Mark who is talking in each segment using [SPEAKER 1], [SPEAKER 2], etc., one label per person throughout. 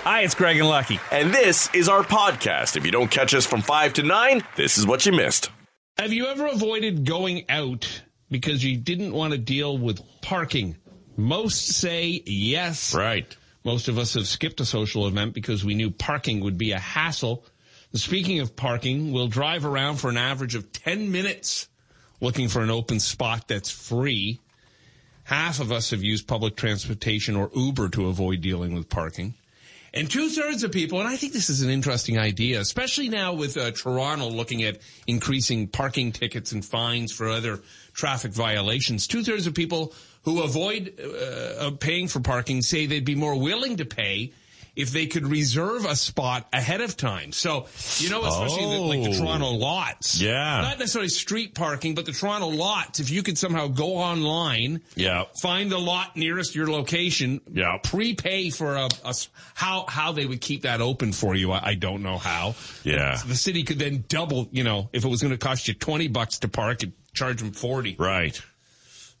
[SPEAKER 1] Hi, it's Greg and Lucky.
[SPEAKER 2] And this is our podcast. If you don't catch us from 5 to 9, this is what you missed.
[SPEAKER 3] Have you ever avoided going out because you didn't want to deal with parking? Most say yes.
[SPEAKER 1] Right.
[SPEAKER 3] Most of us have skipped a social event because we knew parking would be a hassle. And speaking of parking, we'll drive around for an average of 10 minutes looking for an open spot that's free. Half of us have used public transportation or Uber to avoid dealing with parking. And two thirds of people, and I think this is an interesting idea, especially now with uh, Toronto looking at increasing parking tickets and fines for other traffic violations. Two thirds of people who avoid uh, uh, paying for parking say they'd be more willing to pay if they could reserve a spot ahead of time. So, you know, especially the, like the
[SPEAKER 1] Oh.
[SPEAKER 3] Toronto lots.
[SPEAKER 1] Yeah.
[SPEAKER 3] Not necessarily street parking, but the Toronto lots. If you could somehow go online
[SPEAKER 1] Yeah.
[SPEAKER 3] find the lot nearest your location.
[SPEAKER 1] Yeah.
[SPEAKER 3] Prepay for a, a s- how how they would keep that open for you. I, I don't know how.
[SPEAKER 1] Yeah.
[SPEAKER 3] The city could then double. You know, if it was going to cost you twenty bucks to park, it charge them forty,
[SPEAKER 1] Right.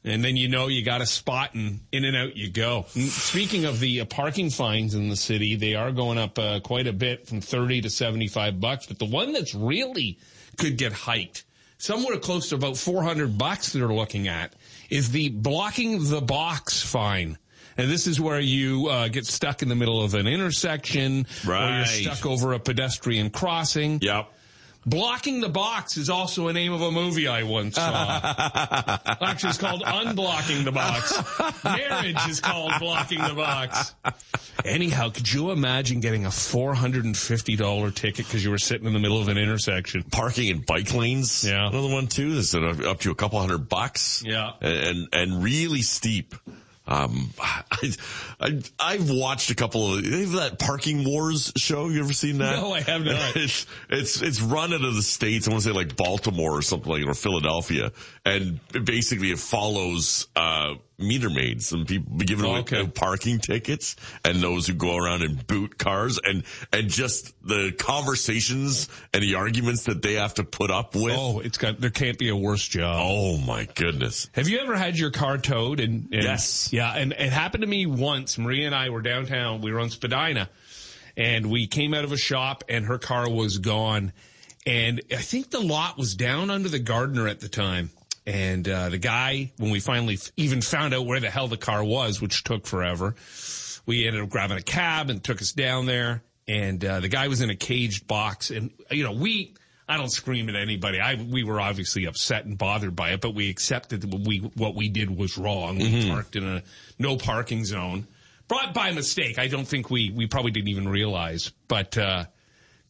[SPEAKER 3] and then you know you got a spot, and in and out you go. N- Speaking of the uh, parking fines in the city, they are going up uh, quite a bit from thirty to seventy five bucks. But the one that's really could get hiked. Somewhere close to about 400 bucks they're looking at is the blocking the box fine. And this is where you uh, get stuck in the middle of an intersection, or
[SPEAKER 1] Right.
[SPEAKER 3] you're stuck over a pedestrian crossing.
[SPEAKER 1] Yep.
[SPEAKER 3] Blocking the box is also a name of a movie I once saw. Actually, it's called Unblocking the Box. Marriage is called Blocking the Box. Anyhow, could you imagine getting a $450 ticket because you were sitting in the middle of an intersection?
[SPEAKER 1] Parking in bike lanes.
[SPEAKER 3] Yeah.
[SPEAKER 1] Another one too. This is up to a couple hundred bucks.
[SPEAKER 3] Yeah.
[SPEAKER 1] And, and, and really steep. Um, I, I, I've watched a couple of, they have that parking wars show. You ever seen that?
[SPEAKER 3] No, I have not.
[SPEAKER 1] it's it's it's run out of the states. I want to say like Baltimore or something like, or Philadelphia, and basically it follows uh, meter maids and people giving away
[SPEAKER 3] Oh, Okay.
[SPEAKER 1] parking tickets, and those who go around and boot cars, and and just the conversations and the arguments that they have to put up with. Oh,
[SPEAKER 3] Oh, it's got, there can't be a worse job.
[SPEAKER 1] my goodness!
[SPEAKER 3] Have you ever had your car towed? And, and-
[SPEAKER 1] Yes.
[SPEAKER 3] yeah, and it happened to me once. Maria and I were downtown. We were on Spadina, and we came out of a shop, and her car was gone. And I think the lot was down under the gardener at the time. And uh, the guy, when we finally f- even found out where the hell the car was, which took forever, we ended up grabbing a cab and took us down there. And uh, the guy was in a caged box, and you know we. I don't scream at anybody. I we were obviously upset and bothered by it, but we accepted that we what we did was wrong. We parked in a no parking zone, brought by mistake. I don't think we we probably didn't even realize, but uh,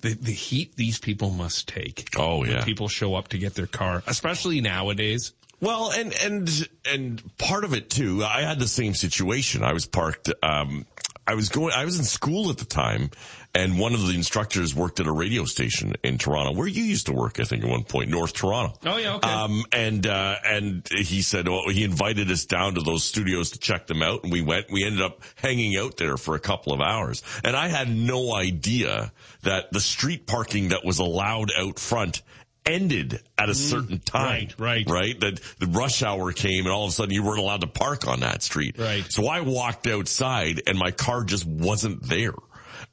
[SPEAKER 3] the the heat these people must take.
[SPEAKER 1] Oh
[SPEAKER 3] when
[SPEAKER 1] yeah.
[SPEAKER 3] people show up to get their car, especially nowadays.
[SPEAKER 1] Well, and and and part of it too, I had the same situation. I was parked. Um, I was going. I was in school at the time, and one of the instructors worked at a radio station in Toronto, where you used to work, I think, at one point, North Toronto.
[SPEAKER 3] Oh, yeah, okay.
[SPEAKER 1] Um, and uh, and he said well, he invited us down to those studios to check them out, and we went. We ended up hanging out there for a couple of hours, and I had no idea that the street parking that was allowed out front ended at a certain time
[SPEAKER 3] Mm, right.
[SPEAKER 1] right? That the rush hour came and all of a sudden you weren't allowed to park on that street.
[SPEAKER 3] Right.
[SPEAKER 1] So I walked outside and my car just wasn't there.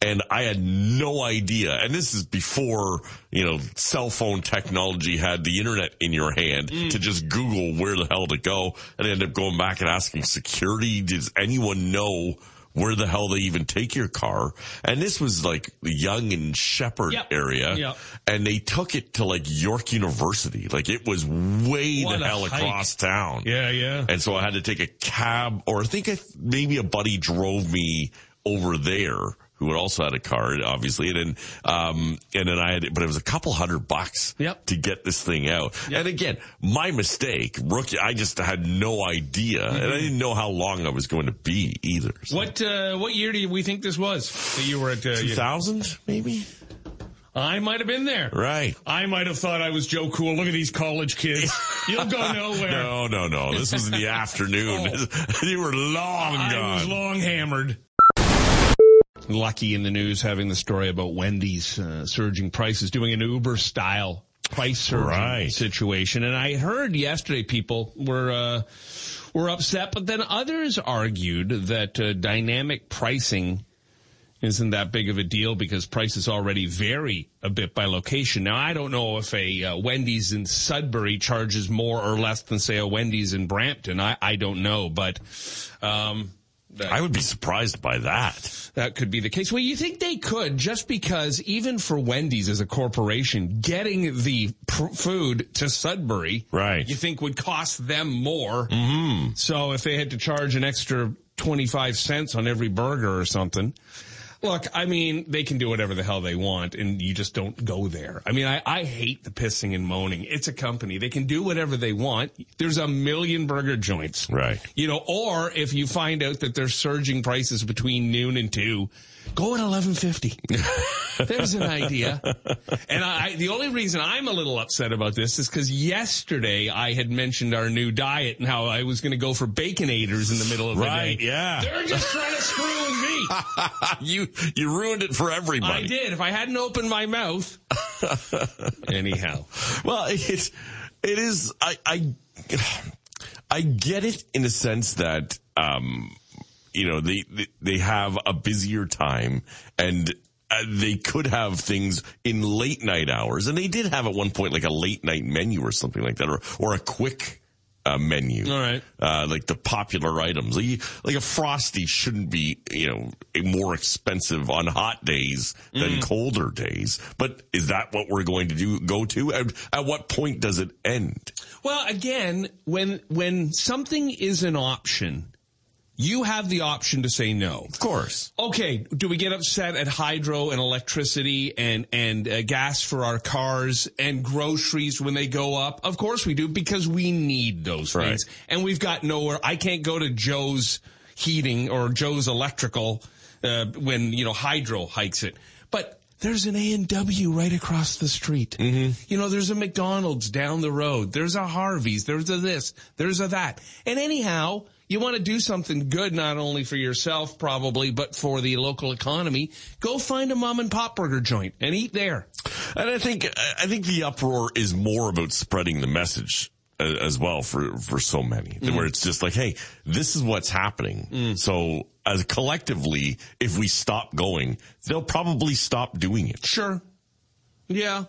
[SPEAKER 1] And I had no idea. And this is before, you know, cell phone technology had the internet in your hand
[SPEAKER 3] Mm.
[SPEAKER 1] to just Google where the hell to go and end up going back and asking security, does anyone know where the hell they even take your car? And this was like the Young and Shepherd
[SPEAKER 3] Yep.
[SPEAKER 1] area
[SPEAKER 3] Yep.
[SPEAKER 1] and they took it to like York University. Like it was way
[SPEAKER 3] What
[SPEAKER 1] the
[SPEAKER 3] a
[SPEAKER 1] hell
[SPEAKER 3] hike.
[SPEAKER 1] across town.
[SPEAKER 3] Yeah, yeah.
[SPEAKER 1] And so I had to take a cab, or I think I, maybe a buddy drove me over there who had also had a car, obviously. And then, um, and then I had, but it was a couple hundred bucks
[SPEAKER 3] Yep.
[SPEAKER 1] to get this thing out. And again, my mistake, rookie, I just had no idea and I didn't know how long I was going to be either.
[SPEAKER 3] Mm-hmm.
[SPEAKER 1] So
[SPEAKER 3] What uh, what year do we think this was that you were at? Uh, you-
[SPEAKER 1] 2000 maybe?
[SPEAKER 3] I might have been there.
[SPEAKER 1] Right.
[SPEAKER 3] I might have thought I was Joe Cool. Look at these college kids. You'll go nowhere.
[SPEAKER 1] No, no, no. This was in the afternoon. you were long
[SPEAKER 3] Oh. I was
[SPEAKER 1] gone.
[SPEAKER 3] long hammered. Lucky in the news having the story about Wendy's uh, surging prices, doing an Uber style price surge
[SPEAKER 1] Right.
[SPEAKER 3] situation. And I heard yesterday people were uh, were upset, but then others argued that uh, dynamic pricing isn't that big of a deal because prices already vary a bit by location. Now, I don't know if a uh, Wendy's in Sudbury charges more or less than, say, a Wendy's in Brampton. I, I don't know, but um, that,
[SPEAKER 1] I would be surprised by that.
[SPEAKER 3] that could be the case. Well, you think they could just because even for Wendy's as a corporation, getting the pr- food to Sudbury,
[SPEAKER 1] Right.
[SPEAKER 3] you think would cost them more. So if they had to charge an extra 25 cents on every burger or something, look, I mean, they can do whatever the hell they want and you just don't go there. I mean, I, I hate the pissing and moaning. It's a company. They can do whatever they want. There's a million burger joints.
[SPEAKER 1] Right.
[SPEAKER 3] You know, or if you find out that they're surging prices between noon and two, go at 1150. There's an idea. And I, the only reason I'm a little upset about this is because yesterday I had mentioned our new diet and how I was going to go for baconators in the middle of the
[SPEAKER 1] Right,
[SPEAKER 3] day.
[SPEAKER 1] yeah.
[SPEAKER 3] They're just trying to screw with me.
[SPEAKER 1] you you ruined it for everybody.
[SPEAKER 3] I did. If I hadn't opened my mouth. Anyhow.
[SPEAKER 1] Well, it's it is. I I I get it in a sense that um, you know they they- they have a busier time and. Uh, they could have things in late night hours, and they did have at one point like a late night menu or something like that, or or a quick uh, menu.
[SPEAKER 3] All right.
[SPEAKER 1] uh, like the popular items, like, you- like a frosty shouldn't be you know more expensive on hot days
[SPEAKER 3] Mm.
[SPEAKER 1] than colder days. But is that what we're going to do? Go to at, at what point does it end?
[SPEAKER 3] Well, again, when when something is an option, you have the option to say no.
[SPEAKER 1] Of course,
[SPEAKER 3] Okay, do we get upset at hydro and electricity and and uh, gas for our cars and groceries when they go up? Of course we do because we need those
[SPEAKER 1] Right.
[SPEAKER 3] things. And we've got nowhere. I can't go to Joe's heating or Joe's electrical uh, when, you know, hydro hikes it. But there's an A&W right across the street. You know, there's a McDonald's down the road. There's a Harvey's. There's a this. There's a that. And anyhow, you want to do something good, not only for yourself probably, but for the local economy. Go find a mom and pop burger joint and eat there.
[SPEAKER 1] and I think I think the uproar is more about spreading the message a- as well for for so many, where it's just like, hey, this is what's happening. So as collectively, if we stop going, they'll probably stop doing it.
[SPEAKER 3] Sure. Yeah.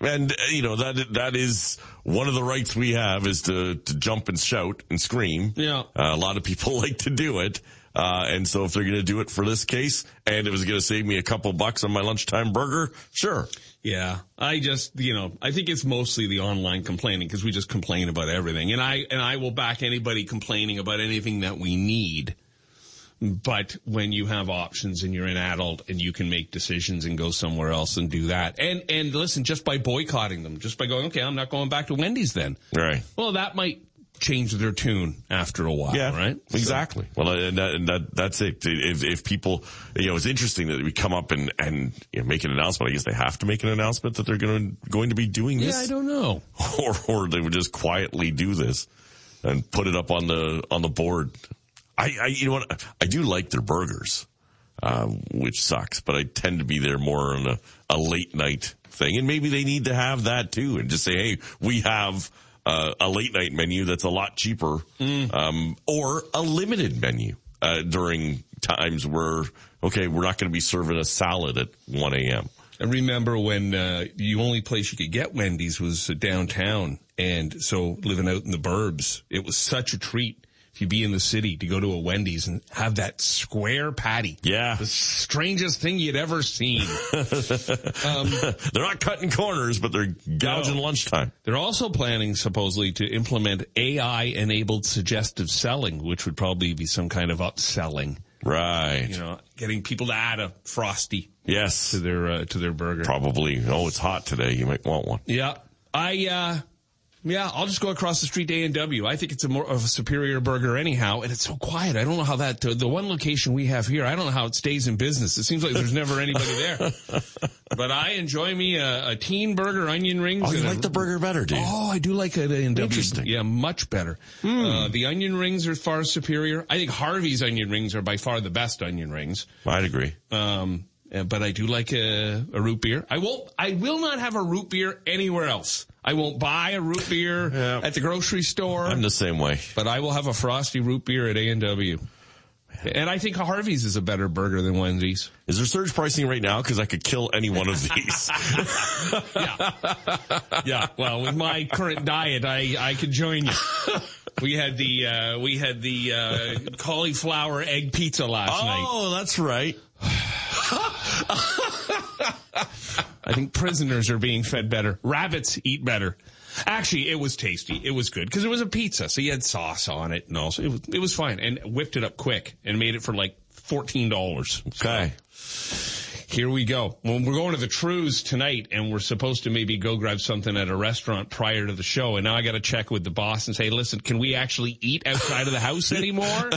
[SPEAKER 1] And uh, you know that that is one of the rights we have is to to jump and shout and scream.
[SPEAKER 3] Yeah.
[SPEAKER 1] uh, a lot of people like to do it. Uh, and so if they're going to do it for this case, and it was going to save me a couple bucks on my lunchtime burger, sure.
[SPEAKER 3] Yeah, I just you know I think it's mostly the online complaining because we just complain about everything, and I and I will back anybody complaining about anything that we need. But when you have options and you're an adult and you can make decisions and go somewhere else and do that, and and listen, just by boycotting them, just by going, okay, I'm not going back to Wendy's then.
[SPEAKER 1] Right.
[SPEAKER 3] Well, that might change their tune after a while,
[SPEAKER 1] Yeah.
[SPEAKER 3] right? So-
[SPEAKER 1] Exactly. Well, uh, and, that, and that, that's it. If, if people, you know, it's interesting that we come up and, and you know, make an announcement. I guess they have to make an announcement that they're going to, going to be doing
[SPEAKER 3] yeah,
[SPEAKER 1] this.
[SPEAKER 3] I don't know.
[SPEAKER 1] or or they would just quietly do this and put it up on the on the board. I, I you know what I do like their burgers, uh, which sucks, but I tend to be there more on a, a late night thing, and maybe they need to have that too, and just say, hey, we have. Uh, a late night menu that's a lot cheaper, um, or a limited menu uh, during times where okay, we're not going to be serving a salad at one a.m.
[SPEAKER 3] I remember when uh, the only place you could get Wendy's was downtown, and so living out in the burbs, it was such a treat if you be in the city to go to a Wendy's and have that square patty.
[SPEAKER 1] Yeah,
[SPEAKER 3] The strangest thing you'd ever seen.
[SPEAKER 1] they're not cutting corners, but they're gouging
[SPEAKER 3] No.
[SPEAKER 1] lunchtime.
[SPEAKER 3] They're also planning supposedly to implement AI enabled suggestive selling, which would probably be some kind of upselling,
[SPEAKER 1] Right.
[SPEAKER 3] you know, getting people to add a frosty
[SPEAKER 1] Yes.
[SPEAKER 3] to their uh, to their burger.
[SPEAKER 1] Probably. Oh, it's hot today. You might want one.
[SPEAKER 3] Yeah. I, uh, yeah, I'll just go across the street to A&W. I think it's a more of a superior burger anyhow, and it's so quiet. I don't know how that, the one location we have here, I don't know how it stays in business. It seems like there's never anybody there. But I enjoy me a, a teen burger, onion rings.
[SPEAKER 1] Oh, you
[SPEAKER 3] and a-
[SPEAKER 1] like the burger better, do you?
[SPEAKER 3] Oh, I do like it at A&W.
[SPEAKER 1] Interesting.
[SPEAKER 3] Yeah, much better. Uh, the onion rings are far superior. I think Harvey's onion rings are by far the best onion rings.
[SPEAKER 1] I'd agree.
[SPEAKER 3] Um, uh, but I do like a, a root beer. I won't. I will not have a root beer anywhere else. I won't buy a root beer
[SPEAKER 1] Yeah.
[SPEAKER 3] at the grocery store.
[SPEAKER 1] I'm the same way.
[SPEAKER 3] but I will have a frosty root beer at A and W. And I think Harvey's is a better burger than Wendy's.
[SPEAKER 1] Is there surge pricing right now? Because I could kill any one of these.
[SPEAKER 3] Yeah. Well, with my current diet, I, I could join you. We had the, uh, we had the, uh, cauliflower egg pizza last night.
[SPEAKER 1] oh, that's right.
[SPEAKER 3] I think prisoners are being fed better. Rabbits eat better. Actually, it was tasty. It was good because it was a pizza. So you had sauce on it and also it was, it was fine and whipped it up quick and made it for like $14.
[SPEAKER 1] Okay.
[SPEAKER 3] Here we go. Well, we're going to the Trues tonight, and we're supposed to maybe go grab something at a restaurant prior to the show. And now I got to check with the boss and say, listen, can we actually eat outside of the house anymore?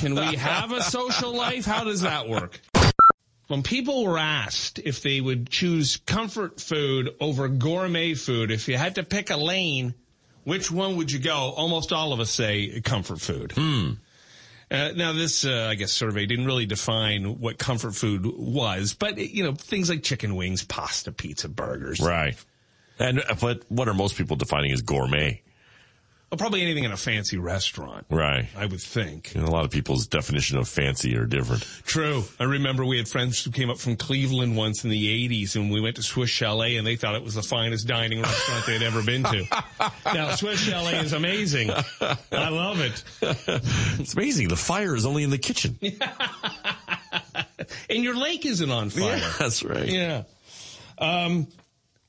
[SPEAKER 3] can we have a social life? How does that work? When people were asked if they would choose comfort food over gourmet food, if you had to pick a lane, which one would you go? Almost all of us say comfort food. Uh, now, this, uh, I guess, survey didn't really define what comfort food was, but, you know, things like chicken wings, pasta, pizza, burgers.
[SPEAKER 1] Right. And uh, but what are most people defining as gourmet?
[SPEAKER 3] Well, probably anything in a fancy restaurant,
[SPEAKER 1] Right.
[SPEAKER 3] I would think.
[SPEAKER 1] And a lot of people's definition of fancy are different.
[SPEAKER 3] True. I remember we had friends who came up from Cleveland once in the 80s, and we went to Swiss Chalet, and they thought it was the finest dining restaurant they'd ever been to. now, Swiss Chalet is amazing. I love it.
[SPEAKER 1] It's amazing. The fire is only in the kitchen.
[SPEAKER 3] And your lake isn't on fire.
[SPEAKER 1] that's right.
[SPEAKER 3] Yeah. Um,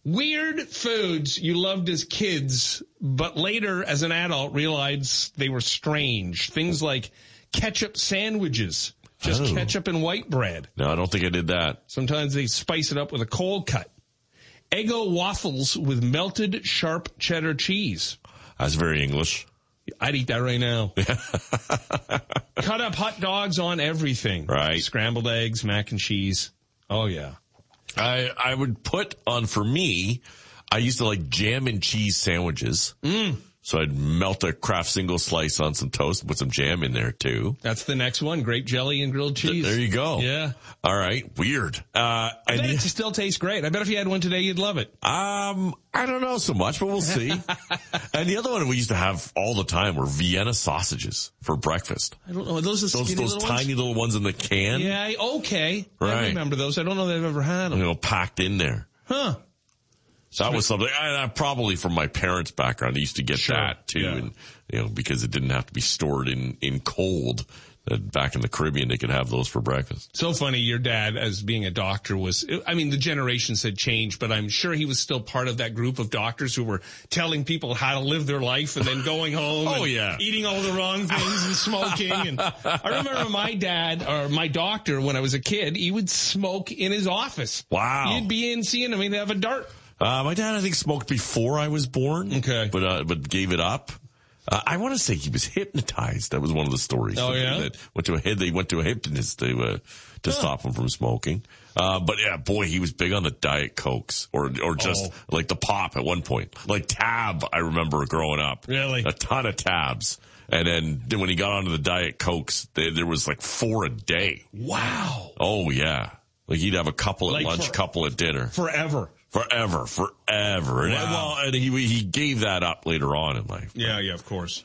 [SPEAKER 3] weird foods you loved as kids, but later as an adult realized they were strange. Things like ketchup sandwiches, just
[SPEAKER 1] Oh.
[SPEAKER 3] ketchup and white bread.
[SPEAKER 1] No, I don't think I did that.
[SPEAKER 3] Sometimes they spice it up with a cold cut. Eggo waffles with melted sharp cheddar cheese.
[SPEAKER 1] That's very English.
[SPEAKER 3] I'd eat that right now. Cut up hot dogs on everything.
[SPEAKER 1] Right.
[SPEAKER 3] Scrambled eggs, mac and cheese. Oh yeah.
[SPEAKER 1] I I would put on for me. I used to like jam and cheese sandwiches. Mm. So I'd melt a Kraft single slice on some toast, and put some jam in there too.
[SPEAKER 3] That's the next one. Grape jelly and grilled cheese.
[SPEAKER 1] There you go.
[SPEAKER 3] Yeah.
[SPEAKER 1] All right. Weird. Uh,
[SPEAKER 3] I
[SPEAKER 1] and
[SPEAKER 3] bet it still tastes great. I bet if you had one today, you'd love it.
[SPEAKER 1] Um, I don't know so much, but we'll see. and the other one we used to have all the time were Vienna sausages for breakfast.
[SPEAKER 3] I don't know. Are those the
[SPEAKER 1] Those
[SPEAKER 3] skinny
[SPEAKER 1] those
[SPEAKER 3] little
[SPEAKER 1] tiny
[SPEAKER 3] ones?
[SPEAKER 1] little ones in the can,
[SPEAKER 3] Yeah, I- okay. I
[SPEAKER 1] Right.
[SPEAKER 3] remember those. I don't know that I've ever had
[SPEAKER 1] you
[SPEAKER 3] them.
[SPEAKER 1] know, packed in there.
[SPEAKER 3] Huh.
[SPEAKER 1] That was something. I, I probably from my parents' background, I used to get
[SPEAKER 3] Sure.
[SPEAKER 1] that too,
[SPEAKER 3] Yeah.
[SPEAKER 1] and you know, because it didn't have to be stored in in cold. That back in the Caribbean, they could have those for breakfast.
[SPEAKER 3] So funny. Your dad, as being a doctor, was, I mean, the generations had changed, but I'm sure he was still part of that group of doctors who were telling people how to live their life and then going home.
[SPEAKER 1] Oh,
[SPEAKER 3] and
[SPEAKER 1] yeah.
[SPEAKER 3] Eating all the wrong things and smoking. And I remember my dad or my doctor when I was a kid, he would smoke in his office.
[SPEAKER 1] Wow.
[SPEAKER 3] You'd be in seeing him. He'd have a dart.
[SPEAKER 1] Uh, my dad, I think, smoked before I was born.
[SPEAKER 3] Okay.
[SPEAKER 1] but uh, but gave it up. Uh, I want to say he was hypnotized. That was one of the stories.
[SPEAKER 3] Oh, yeah?
[SPEAKER 1] that went to a hip. They went to a hypnotist to uh, to stop him from smoking. Uh, but yeah, boy, he was big on the diet cokes or or just
[SPEAKER 3] Oh.
[SPEAKER 1] like the pop at one point, like tab. I remember growing up,
[SPEAKER 3] Really?
[SPEAKER 1] a ton of tabs. And then- then when he got onto the diet cokes, there, there was like four a day.
[SPEAKER 3] Wow.
[SPEAKER 1] Oh yeah, like he'd have a couple at
[SPEAKER 3] Like
[SPEAKER 1] lunch,
[SPEAKER 3] for-
[SPEAKER 1] couple at dinner
[SPEAKER 3] Forever.
[SPEAKER 1] forever, forever. And,
[SPEAKER 3] Wow.
[SPEAKER 1] well, and he he gave that up later on in life.
[SPEAKER 3] Yeah, yeah, of course.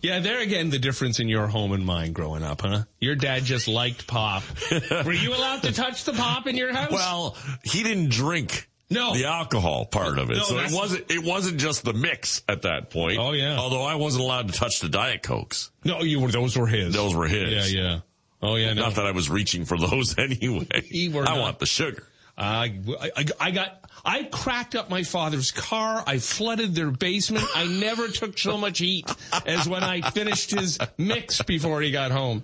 [SPEAKER 3] Yeah, there again, the difference in your home and mine growing up, huh? Your dad just liked pop. Were you allowed to touch the pop in your house?
[SPEAKER 1] Well, he didn't drink
[SPEAKER 3] No.
[SPEAKER 1] the alcohol part of it,
[SPEAKER 3] No,
[SPEAKER 1] so it
[SPEAKER 3] that's-
[SPEAKER 1] wasn't it wasn't just the mix at that point.
[SPEAKER 3] Oh, yeah.
[SPEAKER 1] Although I wasn't allowed to touch the diet cokes;
[SPEAKER 3] no, you were. Those were his.
[SPEAKER 1] those were his.
[SPEAKER 3] Yeah, yeah. Oh yeah, no.
[SPEAKER 1] Not that I was reaching for those anyway.
[SPEAKER 3] You were
[SPEAKER 1] I
[SPEAKER 3] not.
[SPEAKER 1] want the sugar.
[SPEAKER 3] I, I, I got. I cracked up my father's car. I flooded their basement. I never took so much heat as when I finished his mix before he got home.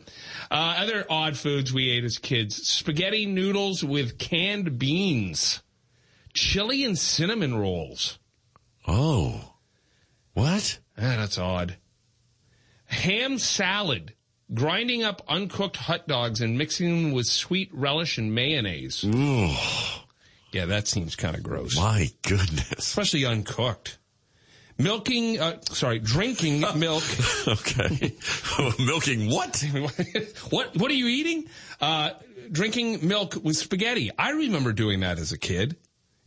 [SPEAKER 3] Uh, other odd foods we ate as kids: spaghetti noodles with canned beans, chili and cinnamon rolls.
[SPEAKER 1] Oh, what?
[SPEAKER 3] Ah, that's odd. Ham salad, grinding up uncooked hot dogs and mixing them with sweet relish and mayonnaise.
[SPEAKER 1] Ooh,
[SPEAKER 3] Yeah, that seems kind of gross.
[SPEAKER 1] my goodness.
[SPEAKER 3] Especially uncooked. Milking, uh, sorry, drinking milk.
[SPEAKER 1] Okay, milking what?
[SPEAKER 3] what, what are you eating? Uh, drinking milk with spaghetti. I remember doing that as a kid.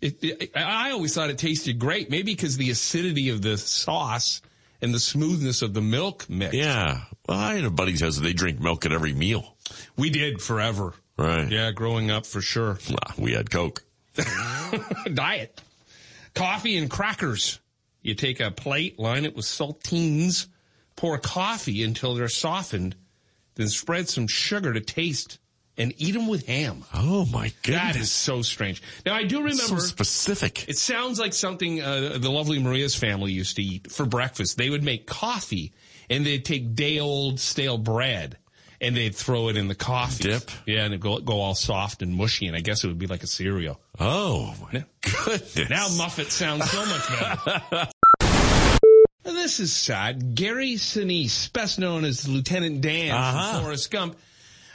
[SPEAKER 3] It, it, I always thought it tasted great, maybe because the acidity of the sauce and the smoothness of the milk mix.
[SPEAKER 1] Yeah. Well, I had a buddy's house. They drink milk at every meal.
[SPEAKER 3] We did forever.
[SPEAKER 1] Right.
[SPEAKER 3] Yeah, growing up for sure.
[SPEAKER 1] Ah, We had Coke.
[SPEAKER 3] Diet. Coffee and crackers. You take a plate, line it with saltines, pour coffee until they're softened, then spread some sugar to taste and eat them with ham.
[SPEAKER 1] Oh my
[SPEAKER 3] That
[SPEAKER 1] god.
[SPEAKER 3] is so strange. Now I do
[SPEAKER 1] so
[SPEAKER 3] remember
[SPEAKER 1] specific.
[SPEAKER 3] It sounds like something uh, the lovely Maria's family used to eat for breakfast. They would make coffee and they'd take day old stale bread and they'd throw it in the coffee.
[SPEAKER 1] Dip?
[SPEAKER 3] Yeah, and it'd go, go all soft and mushy. And I guess it would be like a cereal.
[SPEAKER 1] Oh my goodness.
[SPEAKER 3] Now Muffet sounds so much better. this is sad. Gary Sinise, best known as Lieutenant Dan
[SPEAKER 1] Uh-huh.
[SPEAKER 3] from Forrest Gump.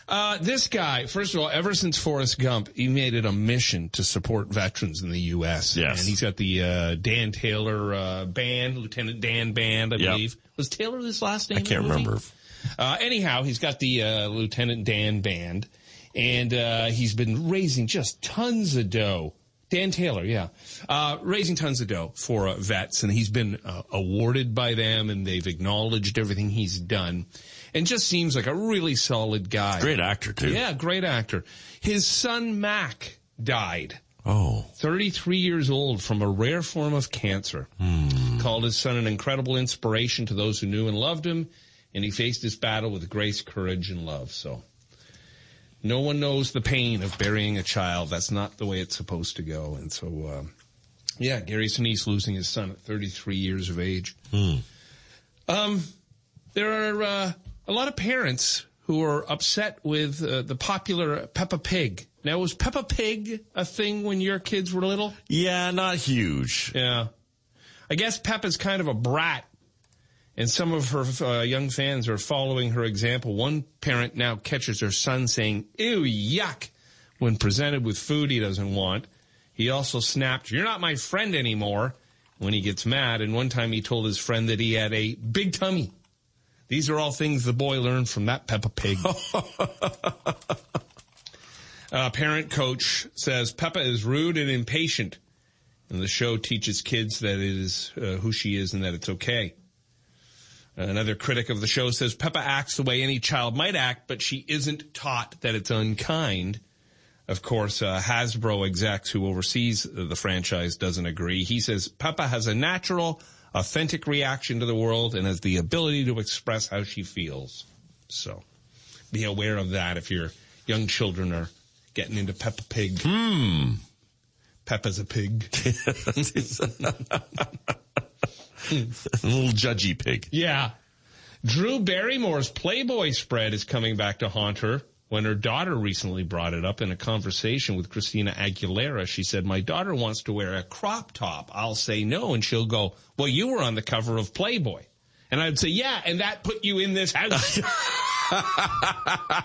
[SPEAKER 3] Uh, this guy, first of all, ever since Forrest Gump, he made it a mission to support veterans in the U.S.
[SPEAKER 1] Yes.
[SPEAKER 3] And he's got the, uh, Dan Taylor, uh, band, Lieutenant Dan band, I
[SPEAKER 1] Yep.
[SPEAKER 3] believe. Was Taylor his last name?
[SPEAKER 1] I can't
[SPEAKER 3] in the movie?
[SPEAKER 1] remember.
[SPEAKER 3] Uh, anyhow, he's got the uh, Lieutenant Dan band, and uh, he's been raising just tons of dough. Dan Taylor, yeah, uh, raising tons of dough for uh, vets, and he's been uh, awarded by them, and they've acknowledged everything he's done, and just seems like a really solid guy.
[SPEAKER 1] Great actor too.
[SPEAKER 3] Yeah, great actor. His son Mac died.
[SPEAKER 1] Oh.
[SPEAKER 3] 33 years old from a rare form of cancer. Called his son an incredible inspiration to those who knew and loved him, and he faced his battle with grace, courage, and love. So, no one knows the pain of burying a child. That's not the way it's supposed to go. And so, um, yeah, Gary Sinise losing his son at 33 years of age. Um, there are uh, a lot of parents who are upset with uh, the popular Peppa Pig. Now, was Peppa Pig a thing when your kids were little?
[SPEAKER 1] Yeah, not huge.
[SPEAKER 3] Yeah. I guess Peppa's kind of a brat, and some of her uh, young fans are following her example. One parent now catches her son saying, ew, yuck, when presented with food he doesn't want. He also snapped, you're not my friend anymore, when he gets mad. And one time he told his friend that he had a big tummy. These are all things the boy learned from that Peppa Pig. uh, parent coach says Peppa is rude and impatient. And the show teaches kids that it is uh, who she is and that it's okay. Another critic of the show says Peppa acts the way any child might act, but she isn't taught that it's unkind. Of course, uh, Hasbro execs who oversees the franchise doesn't agree. He says Peppa has a natural, authentic reaction to the world and has the ability to express how she feels. So be aware of that if your young children are getting into Peppa Pig. Hmm. Peppa's a pig.
[SPEAKER 1] little judgy pig.
[SPEAKER 3] Yeah. Drew Barrymore's Playboy spread is coming back to haunt her. When her daughter recently brought it up in a conversation with Christina Aguilera, she said, my daughter wants to wear a crop top. I'll say no. And she'll go, well, you were on the cover of Playboy. And I'd say, yeah. And that put you in this house.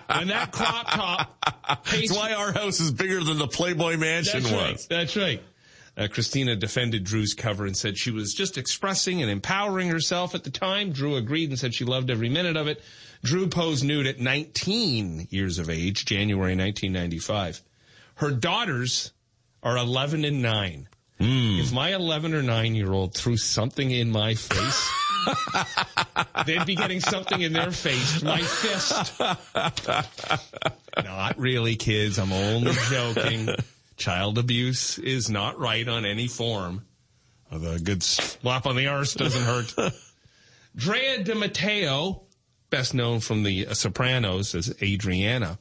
[SPEAKER 3] and that crop top.
[SPEAKER 1] That's why our house is bigger than the Playboy Mansion
[SPEAKER 3] That's right.
[SPEAKER 1] was.
[SPEAKER 3] That's right. Uh, Christina defended Drew's cover and said she was just expressing and empowering herself at the time. Drew agreed and said she loved every minute of it. Drew posed nude at 19 years of age, January 1995. Her daughters are 11 and 9. If my 11 or 9 year old threw something in my face, they'd be getting something in their face, my fist. Not really, kids. I'm only joking. Child abuse is not right on any form. Although a good slap on the arse doesn't hurt. Drea De Matteo, best known from The Sopranos as Adriana,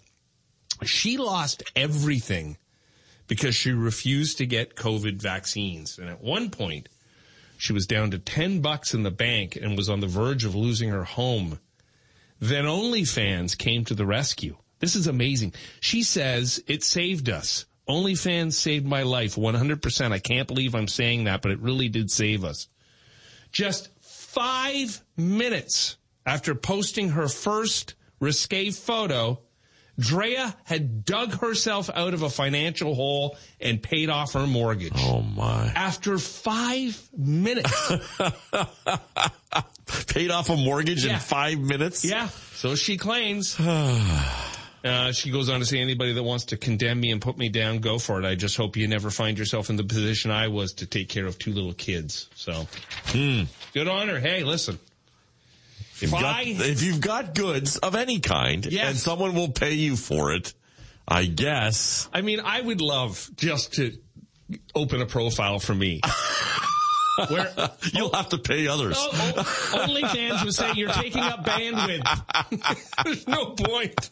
[SPEAKER 3] she lost everything because she refused to get COVID vaccines. And at one point, she was down to 10 bucks in the bank and was on the verge of losing her home. Then OnlyFans came to the rescue. This is amazing. She says, it saved us. OnlyFans saved my life 100%. I can't believe I'm saying that, but it really did save us. Just five minutes after posting her first risque photo, Drea had dug herself out of a financial hole and paid off her mortgage.
[SPEAKER 1] Oh my.
[SPEAKER 3] After five minutes.
[SPEAKER 1] Paid off a mortgage
[SPEAKER 3] Yeah.
[SPEAKER 1] in five minutes?
[SPEAKER 3] Yeah. So she claims. Uh, she goes on to say, anybody that wants to condemn me and put me down, go for it. I just hope you never find yourself in the position I was to take care of two little kids. So, good on her. Hey, listen. If
[SPEAKER 1] Hmm. You've got-
[SPEAKER 3] I,
[SPEAKER 1] if you've got goods of any kind
[SPEAKER 3] Yes.
[SPEAKER 1] and someone will pay you for it, I guess.
[SPEAKER 3] I mean, I would love just to open a profile for me. Where
[SPEAKER 1] You'll have to pay others.
[SPEAKER 3] Oh, oh, OnlyFans would say you're taking up bandwidth. There's no point.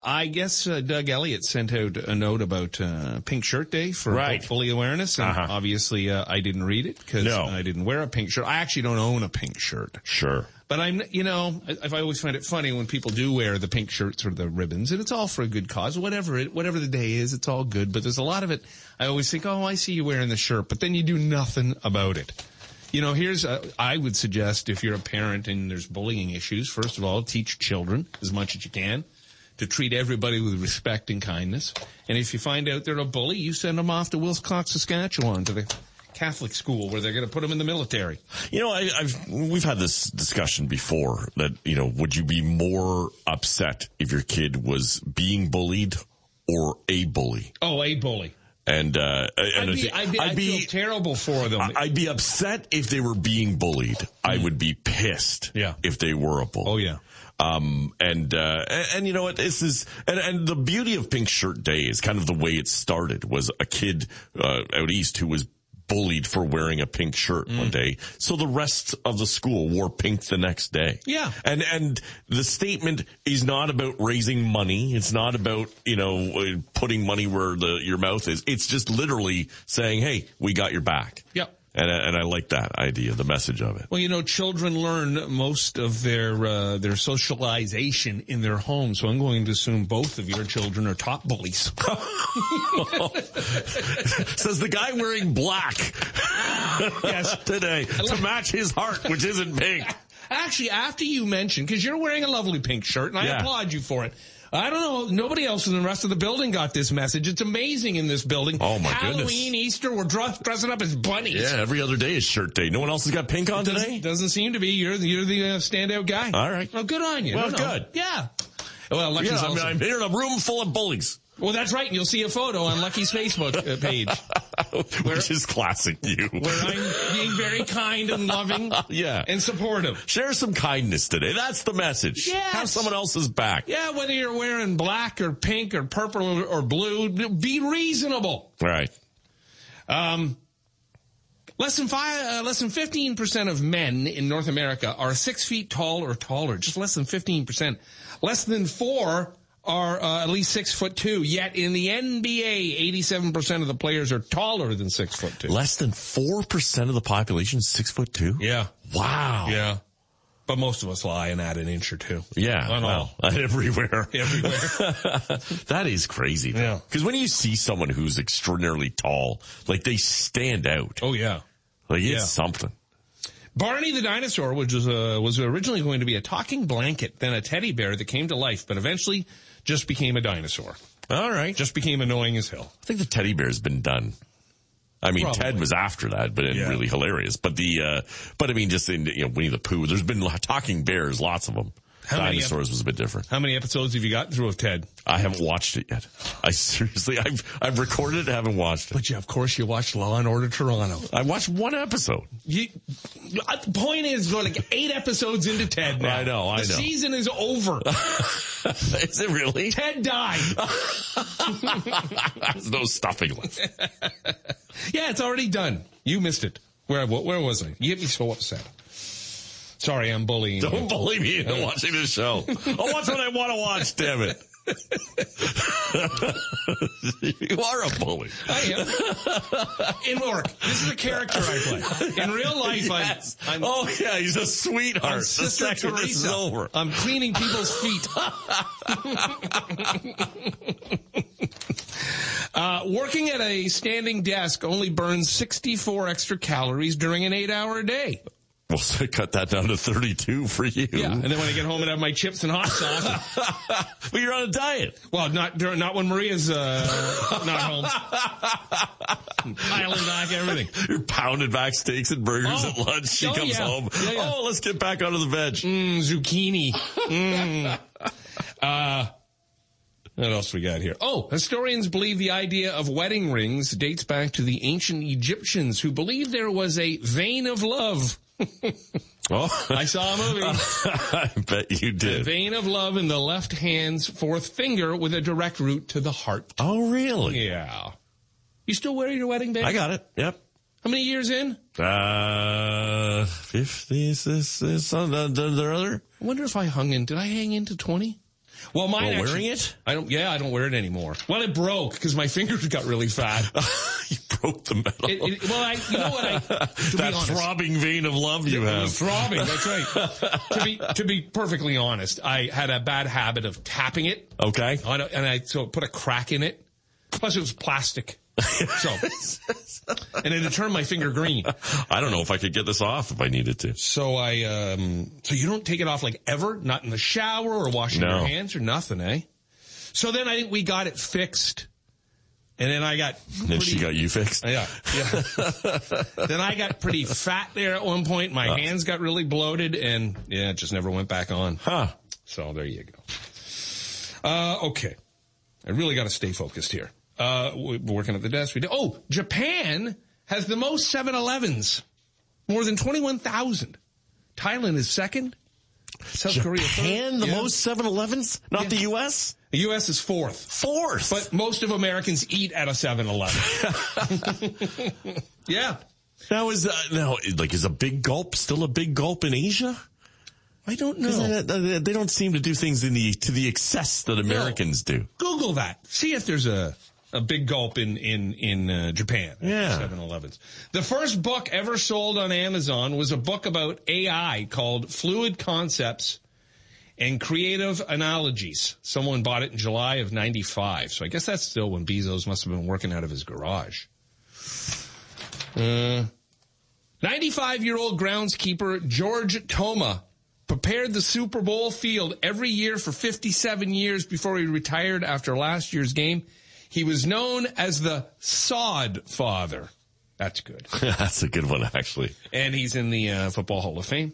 [SPEAKER 3] I guess uh, Doug Elliott sent out a note about uh, Pink Shirt Day for
[SPEAKER 1] Right.
[SPEAKER 3] fully awareness, and
[SPEAKER 1] Uh-huh.
[SPEAKER 3] obviously uh, I didn't read it because
[SPEAKER 1] No.
[SPEAKER 3] I didn't wear a pink shirt. I actually don't own a pink shirt,
[SPEAKER 1] Sure.
[SPEAKER 3] but I'm you know I- if I always find it funny when people do wear the pink shirts or the ribbons, and it's all for a good cause, whatever it whatever the day is, it's all good. But there's a lot of it. I always think, oh, I see you wearing the shirt, but then you do nothing about it. You know, here's a, I would suggest if you're a parent and there's bullying issues, first of all, teach children as much as you can to treat everybody with respect and kindness. And if you find out they're a bully, you send them off to Wilcox, Saskatchewan, to the Catholic school where they're going to put them in the military.
[SPEAKER 1] You know, I, I've we've had this discussion before that you know, would you be more upset if your kid was being bullied or a bully?
[SPEAKER 3] Oh, a bully.
[SPEAKER 1] And uh, and
[SPEAKER 3] I'd be,
[SPEAKER 1] I
[SPEAKER 3] I'd be,
[SPEAKER 1] think-
[SPEAKER 3] I'd feel terrible for them.
[SPEAKER 1] I'd be upset if they were being bullied. I would be pissed.
[SPEAKER 3] Yeah.
[SPEAKER 1] If they were a bully.
[SPEAKER 3] oh yeah.
[SPEAKER 1] Um, and, uh, and, and you know what? This is, and, and the beauty of Pink Shirt Day is kind of the way it started was a kid, uh, out east who was bullied for wearing a pink shirt
[SPEAKER 3] Mm.
[SPEAKER 1] one day. So the rest of the school wore pink the next day.
[SPEAKER 3] Yeah.
[SPEAKER 1] And, and the statement is not about raising money. It's not about, you know, uh, putting money where the, your mouth is. It's just literally saying, Hey, we got your back.
[SPEAKER 3] Yep.
[SPEAKER 1] And, I- and I like that idea, the message of it.
[SPEAKER 3] Well, you know, children learn most of their uh, their socialization in their home, so I'm going to assume both of your children are top bullies.
[SPEAKER 1] Says the guy wearing black.
[SPEAKER 3] yes.
[SPEAKER 1] today to match his heart, which isn't pink.
[SPEAKER 3] Actually, after you mentioned, because you're wearing a lovely pink shirt, and I
[SPEAKER 1] Yeah.
[SPEAKER 3] applaud you for it. I don't know. Nobody else in the rest of the building got this message. It's amazing in this building.
[SPEAKER 1] Oh, my
[SPEAKER 3] Halloween,
[SPEAKER 1] goodness.
[SPEAKER 3] Easter, we're dress, dressing up as bunnies.
[SPEAKER 1] Yeah, every other day is shirt day. No one else has got pink on today?
[SPEAKER 3] Doesn't, doesn't seem to be. You're the, you're the uh, standout guy.
[SPEAKER 1] All right.
[SPEAKER 3] Well, good on you.
[SPEAKER 1] Well,
[SPEAKER 3] No, no.
[SPEAKER 1] good.
[SPEAKER 3] Yeah. Well, Lucky's
[SPEAKER 1] Yeah, I mean,
[SPEAKER 3] also-
[SPEAKER 1] I'm here in a room full of bullies,
[SPEAKER 3] Well, that's right. And you'll see a photo on Lucky's Facebook uh, page
[SPEAKER 1] which is classic you.
[SPEAKER 3] where I'm being very kind and loving
[SPEAKER 1] Yeah.
[SPEAKER 3] and supportive.
[SPEAKER 1] Share some kindness today. That's the message.
[SPEAKER 3] Yes.
[SPEAKER 1] Have someone else's back.
[SPEAKER 3] Yeah, whether you're wearing black or pink or purple or blue, be reasonable.
[SPEAKER 1] Right.
[SPEAKER 3] Um, less than five, uh, less than fifteen percent of men in North America are six feet tall or taller. Just less than fifteen percent. Less than four are uh, at least six foot two. Yet in the NBA, eighty-seven percent of the players are taller than six foot two.
[SPEAKER 1] Less than 4% of the population is six foot two?
[SPEAKER 3] Yeah,
[SPEAKER 1] Wow.
[SPEAKER 3] yeah. But most of us lie and add an inch or two.
[SPEAKER 1] Yeah.
[SPEAKER 3] On
[SPEAKER 1] well,
[SPEAKER 3] all.
[SPEAKER 1] Everywhere.
[SPEAKER 3] Everywhere.
[SPEAKER 1] That is crazy.
[SPEAKER 3] Yeah.
[SPEAKER 1] Because when you see someone who's extraordinarily tall, like they stand out.
[SPEAKER 3] oh yeah.
[SPEAKER 1] Like it's
[SPEAKER 3] yeah.
[SPEAKER 1] something.
[SPEAKER 3] Barney the dinosaur, which was uh, was originally going to be a talking blanket, then a teddy bear that came to life, but eventually just became a dinosaur.
[SPEAKER 1] All right.
[SPEAKER 3] Just became annoying as hell.
[SPEAKER 1] I think the teddy bear's been done. I mean,
[SPEAKER 3] Probably.
[SPEAKER 1] Ted was after that, but it
[SPEAKER 3] Yeah.
[SPEAKER 1] really hilarious. But the, uh, but I mean, just in, you know, Winnie the Pooh, there's been lo- talking bears, lots of them.
[SPEAKER 3] How many
[SPEAKER 1] Dinosaurs was a bit different.
[SPEAKER 3] How many episodes have you gotten through of Ted?
[SPEAKER 1] I haven't watched it yet. I seriously, I've, I've recorded it, haven't watched it.
[SPEAKER 3] But you, of course, you watched Law and Order Toronto.
[SPEAKER 1] I watched one episode.
[SPEAKER 3] You, uh, the point is, we're like eight episodes into Ted now.
[SPEAKER 1] I know, I
[SPEAKER 3] the
[SPEAKER 1] know.
[SPEAKER 3] season is over.
[SPEAKER 1] Is it really?
[SPEAKER 3] Ted died.
[SPEAKER 1] There's no stuffing left.
[SPEAKER 3] Yeah, it's already done. You missed it. Where where was I? You get me so upset. Sorry, I'm bullying. you.
[SPEAKER 1] Don't believe me into watching this show. I'll watch what I want to watch, damn it. you are a bully.
[SPEAKER 3] I am. In work, this is a character I play. In real life,
[SPEAKER 1] Yes.
[SPEAKER 3] I'm, I'm,
[SPEAKER 1] oh yeah, he's a sweetheart.
[SPEAKER 3] I'm
[SPEAKER 1] the
[SPEAKER 3] Sister
[SPEAKER 1] second
[SPEAKER 3] Teresa.
[SPEAKER 1] this is over.
[SPEAKER 3] I'm cleaning people's feet. uh, working at a standing desk only burns 64 extra calories during an eight-hour day.
[SPEAKER 1] Well, so cut that down to 32 for you.
[SPEAKER 3] Yeah, and then when I get home and have my chips and hot sauce.
[SPEAKER 1] but you're on a diet.
[SPEAKER 3] well, not during, not when Maria's uh, not home. Piling back everything.
[SPEAKER 1] You're pounding back steaks and burgers
[SPEAKER 3] Oh.
[SPEAKER 1] at lunch. She
[SPEAKER 3] Oh,
[SPEAKER 1] comes
[SPEAKER 3] yeah.
[SPEAKER 1] home.
[SPEAKER 3] Yeah, yeah.
[SPEAKER 1] Oh, let's get back onto the veg.
[SPEAKER 3] Mm, zucchini. Mm. Uh, What else we got here? Oh, historians believe the idea of wedding rings dates back to the ancient Egyptians who believed there was a vein of love.
[SPEAKER 1] Oh,
[SPEAKER 3] I saw a movie.
[SPEAKER 1] I bet you did.
[SPEAKER 3] vein of love in the left hand's fourth finger with a direct route to the heart.
[SPEAKER 1] Oh, really?
[SPEAKER 3] Yeah. You still wearing your wedding band?
[SPEAKER 1] I got it. Yep.
[SPEAKER 3] How many years in?
[SPEAKER 1] Uh, 50, this, this, uh, the, the, the other.
[SPEAKER 3] I wonder if I hung in. Did I hang into 20? Well, mine
[SPEAKER 1] While
[SPEAKER 3] actually-
[SPEAKER 1] Oh, wearing it?
[SPEAKER 3] I don't, yeah, I don't wear it anymore. Well, it broke because my fingers got really fat.
[SPEAKER 1] Oh. you broke the metal.
[SPEAKER 3] It- it- well, I, you know what I, to
[SPEAKER 1] that
[SPEAKER 3] be honest.
[SPEAKER 1] throbbing vein of love you
[SPEAKER 3] It was
[SPEAKER 1] have.
[SPEAKER 3] throbbing. That's right. to be to be perfectly honest, I had a bad habit of tapping it,
[SPEAKER 1] Okay.
[SPEAKER 3] on a- and I so it put a crack in it. Plus, it was plastic, so and it had turned my finger green.
[SPEAKER 1] I don't know if I could get this off if I needed to.
[SPEAKER 3] So I um so you don't take it off like ever, not in the shower or washing
[SPEAKER 1] No.
[SPEAKER 3] your hands or nothing, eh? So then I think we got it fixed, and then I got
[SPEAKER 1] Then
[SPEAKER 3] pretty-
[SPEAKER 1] she got you fixed.
[SPEAKER 3] yeah, yeah. then I got pretty fat there at one point. My hands got really bloated, and yeah, it just never went back on.
[SPEAKER 1] Huh.
[SPEAKER 3] So there you go. Uh, okay, I really got to stay focused here. Uh, we're working at the desk. We do. Oh, Japan has the most 7-Elevens, more than twenty-one thousand. Thailand is second. South Korea
[SPEAKER 1] Japan,
[SPEAKER 3] third.
[SPEAKER 1] the
[SPEAKER 3] Yeah.
[SPEAKER 1] most 7-Elevens? Not the U.S.?
[SPEAKER 3] The U.S. is fourth.
[SPEAKER 1] Fourth.
[SPEAKER 3] But most of Americans eat at a 7-Eleven. yeah.
[SPEAKER 1] now is, uh, now, like, is a big gulp still a big gulp in Asia?
[SPEAKER 3] I don't
[SPEAKER 1] 'Cause
[SPEAKER 3] know.
[SPEAKER 1] they- uh, They, they don't seem to do things in the, to the excess that Americans do.
[SPEAKER 3] Google that. See if there's a a big gulp in in in uh, Japan.
[SPEAKER 1] Yeah.
[SPEAKER 3] 7-Elevens. The first book ever sold on Amazon was a book about AI called Fluid Concepts and Creative Analogies. Someone bought it in July of 95. So I guess that's still when Bezos must have been working out of his garage. Uh, 95 year old groundskeeper George Toma prepared the Super Bowl field every year for 57 years before he retired after last year's game. He was known as the Sod Father. That's good.
[SPEAKER 1] That's a good one, actually.
[SPEAKER 3] and he's in the uh, Football Hall of Fame.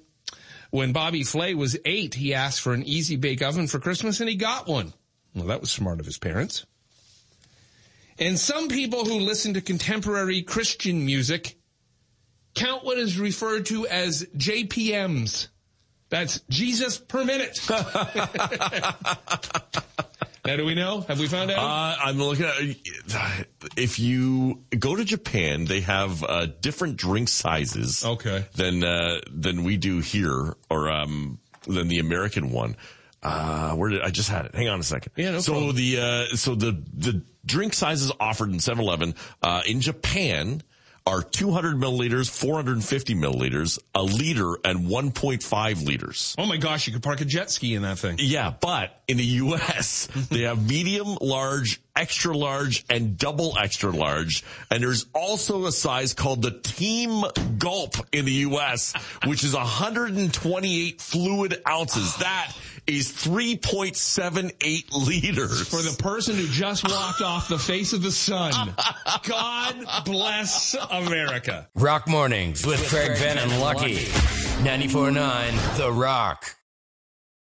[SPEAKER 3] When Bobby Flay was eight, he asked for an easy bake oven for Christmas and he got one. Well, that was smart of his parents. And some people who listen to contemporary Christian music count what is referred to as JPMs. That's Jesus per minute. now, do we know? Have we found out?
[SPEAKER 1] Uh, I'm looking at, if you go to Japan, they have, uh, different drink sizes.
[SPEAKER 3] okay.
[SPEAKER 1] than uh, than we do here, or um, than the American one. Uh, where did I just had it? Hang on a second.
[SPEAKER 3] Yeah, no
[SPEAKER 1] so
[SPEAKER 3] problem.
[SPEAKER 1] the uh, so the the drink sizes offered in 7-Eleven uh, in Japan are 200 milliliters, 450 milliliters, a liter, and 1.5 liters.
[SPEAKER 3] Oh my gosh, you could park a jet ski in that thing.
[SPEAKER 1] Yeah, but in the U.S., they have medium, large, extra large, and double extra large. And there's also a size called the Team Gulp in the U.S., which is 128 fluid ounces. That is 3.78 liters.
[SPEAKER 3] for the person who just walked off the face of the sun. God bless America.
[SPEAKER 4] Rock Mornings with Craig Ben and Lucky. 94.9 The Rock.